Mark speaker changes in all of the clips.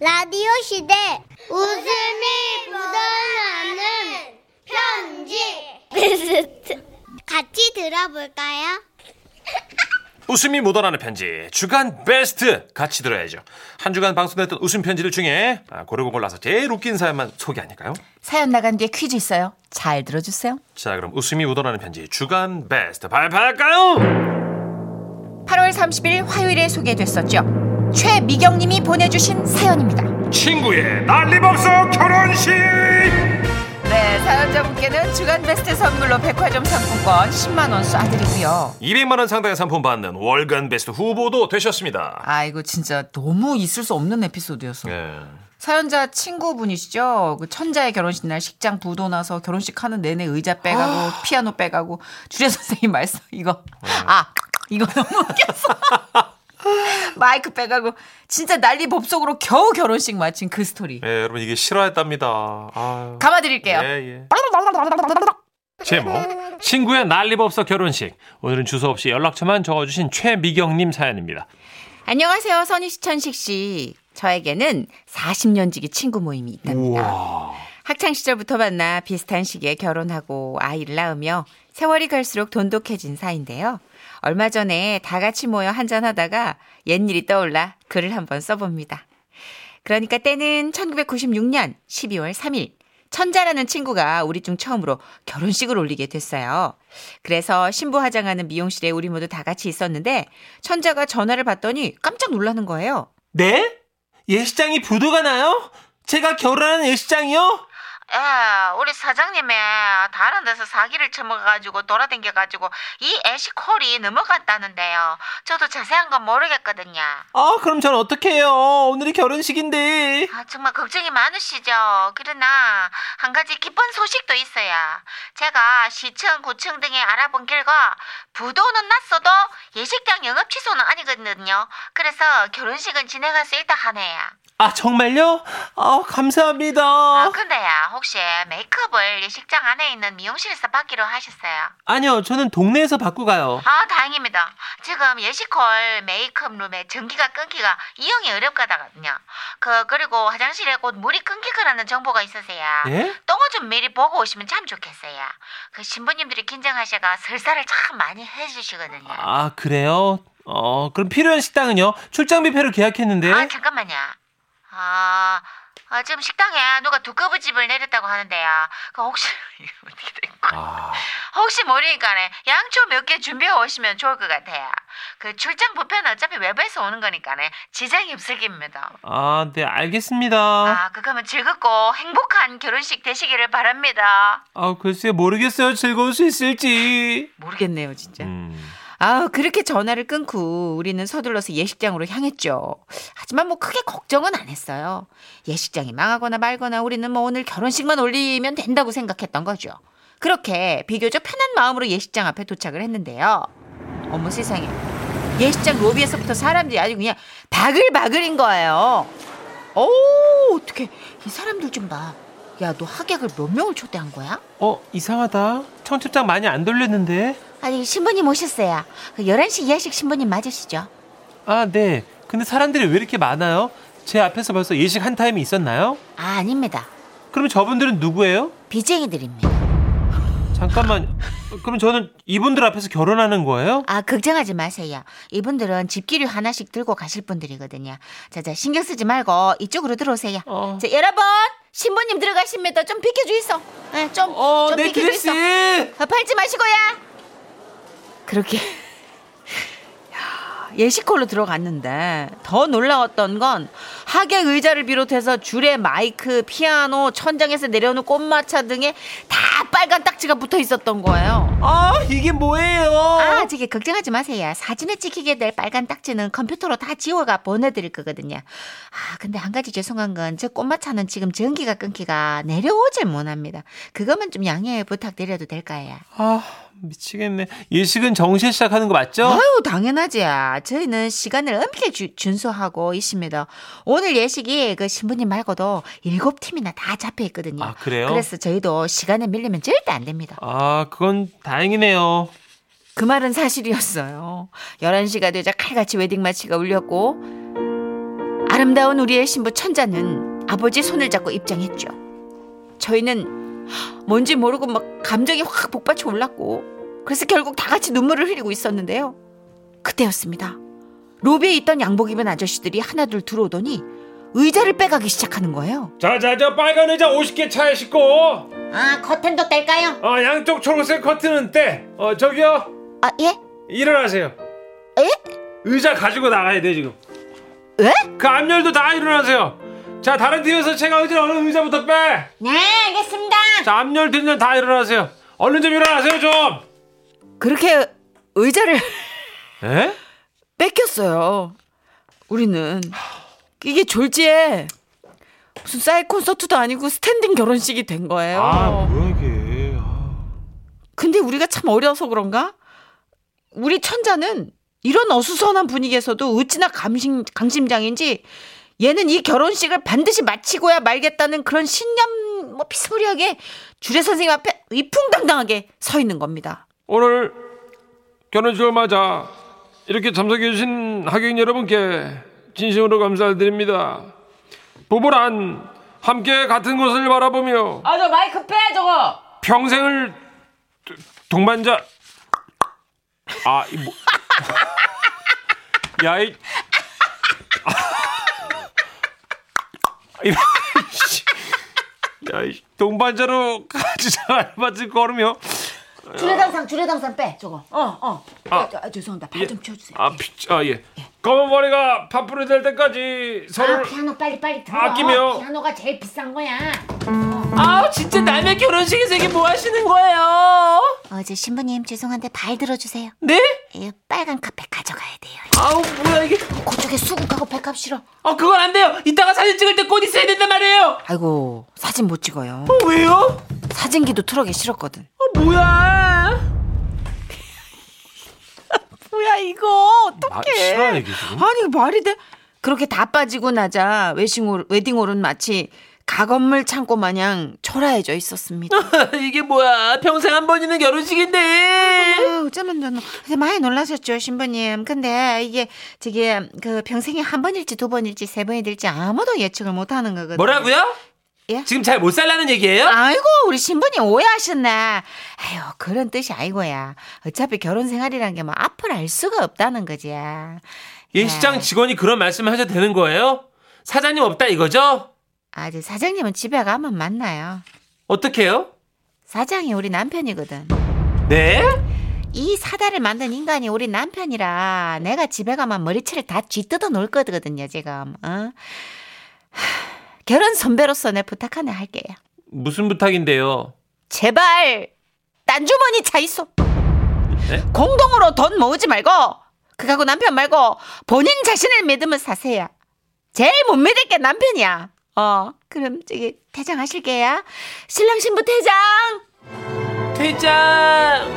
Speaker 1: 라디오 시대 웃음이 묻어나는 편지 베스트 같이 들어볼까요?
Speaker 2: 웃음이 묻어나는 편지 주간 베스트 같이 들어야죠. 한 주간 방송됐던 웃음 편지들 중에 아, 고르고 골라서 제일 웃긴 사연만 소개하니까요.
Speaker 3: 사연 나간 뒤에 퀴즈 있어요. 잘 들어주세요.
Speaker 2: 자 그럼 웃음이 묻어나는 편지 주간 베스트 발표할까요?
Speaker 3: 8월 30일 화요일에 소개됐었죠. 최미경님이 보내주신 사연입니다.
Speaker 2: 친구의 난리법석 결혼식.
Speaker 3: 네, 사연자분께는 주간 베스트 선물로 백화점 상품권 10만 원 쏴드리고요.
Speaker 2: 200만 원 상당의 상품 받는 월간 베스트 후보도 되셨습니다.
Speaker 3: 아, 이거 진짜 너무 있을 수 없는 에피소드였어.
Speaker 2: 예.
Speaker 3: 사연자 친구분이시죠. 그 천자의 결혼식 날 식장 부도 나서 결혼식 하는 내내 의자 빼가고 피아노 빼가고 주례 선생님 말씀 이거 아 이거 너무 웃겼어. 마이크 빼가고 진짜 난리 법석으로 겨우 결혼식 마친 그 스토리.
Speaker 2: 예, 여러분 이게 실화였답니다. 아유.
Speaker 3: 감아드릴게요.
Speaker 2: 예, 예. 제목 친구의 난리법석 결혼식 오늘은 주소 없이 연락처만 적어주신 최미경님 사연입니다.
Speaker 3: 안녕하세요, 선희 시천식 씨. 저에게는 40년 지기 친구 모임이 있답니다. 학창 시절부터 만나 비슷한 시기에 결혼하고 아이를 낳으며 세월이 갈수록 돈독해진 사이인데요. 얼마 전에 다 같이 모여 한잔하다가 옛일이 떠올라 글을 한번 써봅니다. 그러니까 때는 1996년 12월 3일. 천자라는 친구가 우리 중 처음으로 결혼식을 올리게 됐어요. 그래서 신부 화장하는 미용실에 우리 모두 다 같이 있었는데 천자가 전화를 받더니 깜짝 놀라는 거예요.
Speaker 2: 네? 예식장이 부도가 나요? 제가 결혼하는 예식장이요?
Speaker 4: 야, 우리 사장님이 다른 데서 사기를 쳐먹어가지고 돌아댕겨가지고 이 애시콜이 넘어갔다는데요. 저도 자세한 건 모르겠거든요.
Speaker 2: 아 그럼 전 어떻게 해요? 오늘이 결혼식인데
Speaker 4: 아, 정말 걱정이 많으시죠? 그러나 한 가지 기쁜 소식도 있어요. 제가 시청, 구청 등에 알아본 결과 부도는 났어도 예식장 영업 취소는 아니거든요. 그래서 결혼식은 진행할 수 있다 하네요.
Speaker 2: 아 정말요? 아 감사합니다
Speaker 4: 아,
Speaker 5: 어?
Speaker 2: 아,
Speaker 4: 근데요, 혹시 메이크업을 예식장 안에 있는 미용실에서 받기로 하셨어요?
Speaker 2: 니요 저는 동네에서 받고 가요
Speaker 4: 아, 다행입니다. 지금 예시콜 메이크업 룸에 전기가 끊기가 이용이 어렵다거든요. 그 그리고 화장실에 곧 물이 끊길 거라는 정보가 있으세요.
Speaker 5: 네?
Speaker 2: 예?
Speaker 4: 똥을 좀 미리 보고 오시면 참 좋겠어요. 그 신부님들이 긴장하셔가 설사를 참 많이 해주시거든요. 아,
Speaker 2: 아 그래요? 어 그럼 필요한 식당은요? 출장 뷔페로 계약했는데
Speaker 4: 잠깐만요. 아, 아, 지금 식당에 누가 두꺼부집을 내렸다고 하는데요. 그 혹시 이게 어떻게 된 거야?
Speaker 2: 아,
Speaker 4: 혹시 모르니까네 양초 몇 개 준비해 오시면 좋을 것 같아요. 그 출장 부페는 어차피 외부에서 오는 거니까네 지장이 없을 겁니다.
Speaker 2: 아, 네 알겠습니다
Speaker 4: 아 그거면 즐겁고 행복한 결혼식 되시기를 바랍니다.
Speaker 2: 아 글쎄 모르겠어요 즐거울 수 있을지
Speaker 3: 모르겠네요, 진짜.
Speaker 2: 음.
Speaker 3: 아우, 그렇게 전화를 끊고 우리는 서둘러서 예식장으로 향했죠. 하지만 뭐 크게 걱정은 안 했어요. 예식장이 망하거나 말거나 우리는 뭐 오늘 결혼식만 올리면 된다고 생각했던 거죠. 그렇게 비교적 편한 마음으로 예식장 앞에 도착을 했는데요. 어머 세상에. 예식장 로비에서부터 사람들이 아주 그냥 바글바글인 거예요. 오, 어떻게 이 사람들 좀 봐. 야, 너 하객을 몇 명을 초대한 거야?
Speaker 2: 어 이상하다 청첩장 많이 안 돌렸는데
Speaker 3: 아니 신부님 오셨어요. 그 11시 예식 신부님 맞으시죠?
Speaker 2: 아, 네. 근데 사람들이 왜 이렇게 많아요? 제 앞에서 벌써 예식 한 타임이 있었나요?
Speaker 3: 아, 아닙니다.
Speaker 2: 그럼 저분들은 누구예요?
Speaker 3: 비쟁이들입니다.
Speaker 2: 잠깐만. 그럼 저는 이분들 앞에서 결혼하는 거예요?
Speaker 3: 아, 걱정하지 마세요. 이분들은 집기류 하나씩 들고 가실 분들이거든요. 자, 자, 신경 쓰지 말고 이쪽으로 들어오세요.
Speaker 2: 어.
Speaker 3: 자, 여러분! 신부님 들어가십니다. 좀 비켜주이소. 예, 좀,
Speaker 2: 어,
Speaker 3: 좀
Speaker 2: 내
Speaker 3: 비켜주이소.
Speaker 2: 드레스.
Speaker 3: 아, 팔지 마시고요. 그렇게 예식홀로 들어갔는데 더 놀라웠던 건 하객 의자를 비롯해서 줄에 마이크, 피아노, 천장에서 내려오는 꽃마차 등에 다 빨간 딱지가 붙어 있었던 거예요.
Speaker 2: 아, 이게 뭐예요?
Speaker 3: 아, 저기 걱정하지 마세요. 사진에 찍히게 될 빨간 딱지는 컴퓨터로 다 지워가 보내드릴 거거든요. 아, 근데 한 가지 죄송한 건 저 꽃마차는 지금 전기가 끊기가 내려오질 못합니다. 그것만 좀 양해 부탁드려도 될까요?
Speaker 2: 아, 미치겠네. 예식은 정시에 시작하는 거 맞죠?
Speaker 3: 아유 당연하지. 저희는 시간을 엄격히 주- 준수하고 있습니다. 오늘 예식이 그 신부님 말고도 일곱 팀이나 다 잡혀 있거든요.
Speaker 2: 아, 그래요?
Speaker 3: 그래서 저희도 시간에 밀리면 절대 안 됩니다.
Speaker 2: 아, 그건 다행이네요.
Speaker 3: 그 말은 사실이었어요. 11시가 되자 칼같이 웨딩마치가 울렸고 아름다운 우리의 신부 천자는 아버지 손을 잡고 입장했죠. 저희는 뭔지 모르고 막 감정이 확 복받쳐 올랐고 그래서 결국 다 같이 눈물을 흘리고 있었는데요. 그때였습니다. 로비에 있던 양복 입은 아저씨들이 하나둘 들어오더니 의자를 빼가기 시작하는 거예요.
Speaker 2: 자자자 빨간 의자 50개 차에 싣고
Speaker 1: 아, 커튼도 뗄까요?
Speaker 2: 어, 양쪽 초록색 커튼은 떼. 어 저기요
Speaker 1: 아, 예?
Speaker 2: 일어나세요.
Speaker 1: 에?
Speaker 2: 의자 가지고 나가야 돼 지금.
Speaker 3: 에?
Speaker 2: 그 앞열도 다 일어나세요. 자 다른 팀에서 제가 의자 얼른 의자부터 빼.
Speaker 1: 네, 알겠습니다.
Speaker 2: 자 앞열 뒷열 다 일어나세요. 얼른 좀 일어나세요 좀.
Speaker 3: 그렇게 의자를
Speaker 2: 에?
Speaker 3: 뺏겼어요. 우리는 이게 졸지에 무슨 사이 콘서트도 아니고 스탠딩 결혼식이 된 거예요.
Speaker 2: 아 뭐야 이게. 아.
Speaker 3: 근데 우리가 참 어려서 그런가? 우리 천자는 이런 어수선한 분위기에서도 어찌나 감심, 강심장인지 얘는 이 결혼식을 반드시 마치고야 말겠다는 그런 신념 뭐 피스무리하게 주례 선생님 앞에 위풍당당하게 서 있는 겁니다.
Speaker 2: 오늘 결혼식을 맞아 이렇게 참석해 주신 하객 여러분께 진심으로 감사드립니다. 부부란 함께 같은 곳을 바라보며
Speaker 3: 아 저 마이크 빼 저거.
Speaker 2: 평생을 도- 동반자 아, 이 뭐. 야, 이. 아. 이- 씨. 야, 이 동반자로 같이 알바지 걸으며
Speaker 6: 주례당상 주례당상 빼 저거 어어 아, 아, 죄송합니다 발 좀 치워주세요
Speaker 2: 아, 피, 아 예. 검은 머리가 파뿌리 될 때까지
Speaker 6: 아
Speaker 2: 서로를
Speaker 6: 피아노 빨리 빨리 들어
Speaker 2: 아끼며.
Speaker 6: 피아노가 제일 비싼 거야
Speaker 3: 아우 진짜 남의 결혼식에서 이게 뭐 하시는 거예요?
Speaker 1: 어제 신부님 죄송한데 발 들어주세요.
Speaker 3: 네?
Speaker 1: 이 빨간 카페 가져가야 돼요.
Speaker 3: 아우 뭐야 이게?
Speaker 6: 그쪽에 수국하고 백합 싫어
Speaker 3: 아 그건 안 돼요. 이따가 사진 찍을 때 꽃 있어야 된단 말이에요. 아이고 사진 못 찍어요. 어 왜요? 사진기도 트럭에 실었거든. 어 뭐야? 뭐야 아, 이거 어떡해?
Speaker 2: 아, 얘기 지금.
Speaker 3: 아니 말이 돼? 그렇게 다 빠지고 나자 웨싱홀, 웨딩홀은 마치 가건물 창고 마냥 초라해져 있었습니다.
Speaker 5: 이게 뭐야 평생 한 번 있는 결혼식인데
Speaker 3: 아유, 어쩌면 저는 근데 많이 놀라셨죠 신부님 근데 이게 저기 그 평생에 한 번일지 두 번일지 세 번이 될지 아무도 예측을 못하는 거거든요
Speaker 5: 뭐라고요?
Speaker 3: 예?
Speaker 5: 지금 잘 못 살라는 얘기예요?
Speaker 3: 아이고 우리 신부님 오해하셨네 아유 그런 뜻이 아니고야 어차피 결혼 생활이란 게 뭐 앞을 알 수가 없다는 거지
Speaker 5: 예 시장 직원이 그런 말씀을 하셔도 되는 거예요? 사장님 없다 이거죠?
Speaker 3: 아 이제 사장님은 집에 가면 만나요
Speaker 5: 어떻게요?
Speaker 3: 사장이 우리 남편이거든
Speaker 5: 네?
Speaker 3: 이 사다를 만든 인간이 우리 남편이라 내가 집에 가면 머리채를 다 쥐뜯어 놓을 거거든요 지금 어? 하, 결혼 선배로서 내 부탁 하나 할게요
Speaker 5: 무슨 부탁인데요?
Speaker 3: 제발 딴 주머니 차 있어
Speaker 5: 네?
Speaker 3: 공동으로 돈 모으지 말고 그하고 남편 말고 본인 자신을 믿으면 사세요 제일 못 믿을 게 남편이야 어 그럼 저기 퇴장하실게요 신랑 신부 퇴장
Speaker 5: 퇴장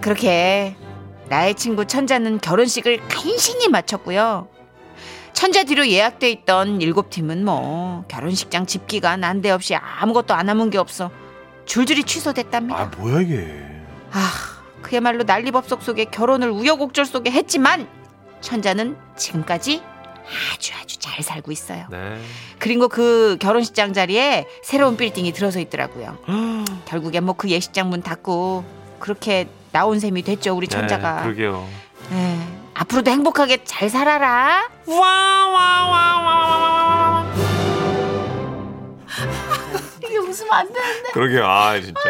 Speaker 3: 그렇게 나의 친구 천자는 결혼식을 간신히 마쳤고요. 천자 뒤로 예약돼 있던 일곱 팀은 뭐 결혼식장 집기가 난데없이 아무것도 안 남은 게 없어 줄줄이 취소됐답니다. 아,
Speaker 2: 뭐야 이게.
Speaker 3: 그야말로 난리법석 속에 결혼을 우여곡절 속에 했지만 천자는 지금까지 아주 아주 잘 살고 있어요.
Speaker 2: 네.
Speaker 3: 그리고 그 결혼식장 자리에 새로운 빌딩이 들어서 있더라고요. 결국엔 뭐 그 예식장 문 닫고 그렇게 나온 셈이 됐죠 우리
Speaker 2: 네,
Speaker 3: 천자가.
Speaker 2: 그러게요.
Speaker 3: 예, 앞으로도 행복하게 잘 살아라.
Speaker 6: 이게 웃으면 안 돼.
Speaker 2: 그러게요. 아 진짜.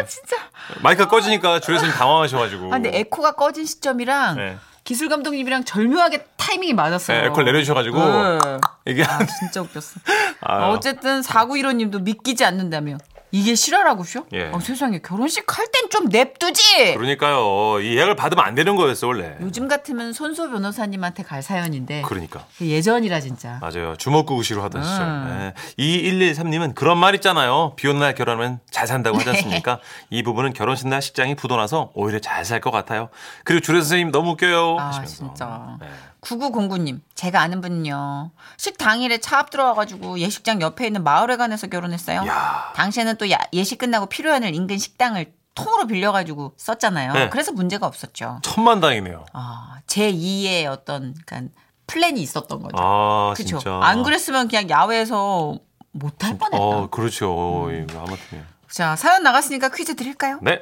Speaker 2: 마이크가 꺼지니까 주례선 당황하셔가지고.
Speaker 3: 아, 근데 에코가 꺼진 시점이랑
Speaker 2: 네.
Speaker 3: 기술 감독님이랑 절묘하게 타이밍이 맞았어요.
Speaker 2: 네, 에코를 내려주셔가지고
Speaker 3: 네.
Speaker 2: 이게
Speaker 3: 아, 진짜 웃겼어.
Speaker 2: 아.
Speaker 3: 어쨌든 4915님도 믿기지 않는다며. 이게 실화라고쇼?
Speaker 2: 예.
Speaker 3: 아, 세상에 결혼식 할 땐 좀 냅두지.
Speaker 2: 그러니까요. 이 예약을 받으면 안 되는 거였어 원래.
Speaker 3: 요즘 같으면 손소 변호사님한테 갈 사연인데
Speaker 2: 그러니까.
Speaker 3: 그 예전이라 진짜.
Speaker 2: 맞아요. 주먹구구시로 하던
Speaker 3: 음.
Speaker 2: 시절. 네. 2113님은 그런 말 있잖아요. 비 오는 날 결혼하면 잘 산다고 하지
Speaker 3: 네.
Speaker 2: 않습니까? 이 부분은 결혼식 날 식장이 부도나서 오히려 잘 살 것 같아요. 그리고 주례 선생님 너무 웃겨요.
Speaker 3: 아,
Speaker 2: 하시면서.
Speaker 3: 진짜.
Speaker 2: 네.
Speaker 3: 9909님, 제가 아는 분은요. 식 당일에 차앞 들어와가지고 예식장 옆에 있는 마을회관에서 결혼했어요.
Speaker 2: 야.
Speaker 3: 당시에는 또 야- 예식 끝나고 필요한을 인근 식당을 통으로 빌려가지고 썼잖아요.
Speaker 2: 네.
Speaker 3: 그래서 문제가 없었죠.
Speaker 2: 천만 다행이네요.
Speaker 3: 아, 제2의 어떤, 그러니까 플랜이 있었던 거죠.
Speaker 2: 아,
Speaker 3: 그렇죠.
Speaker 2: 진짜.
Speaker 3: 안 그랬으면 그냥 야외에서 못 할 뻔했다. 음.
Speaker 2: 어, 그렇죠. 이거 아무튼.
Speaker 3: 자 사연 나갔으니까 퀴즈 드릴까요?
Speaker 2: 네.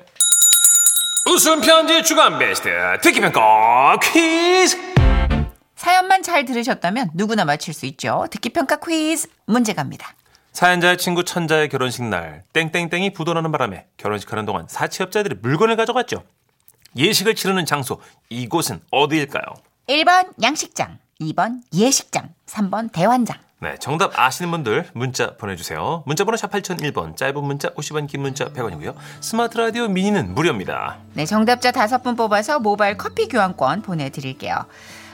Speaker 2: 웃음 편지 주간 베스트 듣기 평가 퀴즈.
Speaker 3: 사연만 잘 들으셨다면 누구나 맞힐 수 있죠. 듣기 평가 퀴즈 문제 갑니다.
Speaker 2: 사연자의 친구 천자의 결혼식 날 땡땡땡이 부도나는 바람에 결혼식하는 동안 사채업자들이 물건을 가져갔죠. 예식을 치르는 장소 이곳은 어디일까요?
Speaker 3: 1번 양식장, 2번 예식장, 3번 대환장.
Speaker 2: 네, 정답 아시는 분들 문자 보내주세요. 문자번호 샵 8001번, 짧은 문자 50원, 긴 문자 100원이고요. 스마트 라디오 미니는 무료입니다.
Speaker 3: 네, 정답자 다섯 분 뽑아서 모바일 커피 교환권 보내드릴게요.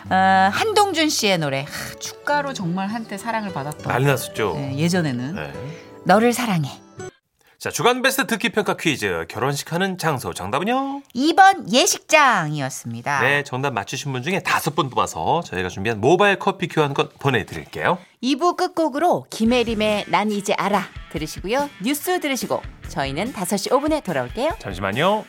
Speaker 3: 어, 한동준 씨의 노래 하, 축가로 정말 한때 사랑을 받았던
Speaker 2: 난리 났었죠?
Speaker 3: 네, 예전에는
Speaker 2: 네.
Speaker 3: 너를 사랑해
Speaker 2: 자, 주간 베스트 듣기 평가 퀴즈 결혼식 하는 장소 정답은요?
Speaker 3: 2번 예식장이었습니다.
Speaker 2: 네, 정답 맞추신 분 중에 다섯 분 뽑아서 저희가 준비한 모바일 커피 교환권 보내드릴게요.
Speaker 3: 2부 끝곡으로 김혜림의 난 이제 알아 들으시고요. 뉴스 들으시고 저희는 5시 5분에 돌아올게요.
Speaker 2: 잠시만요.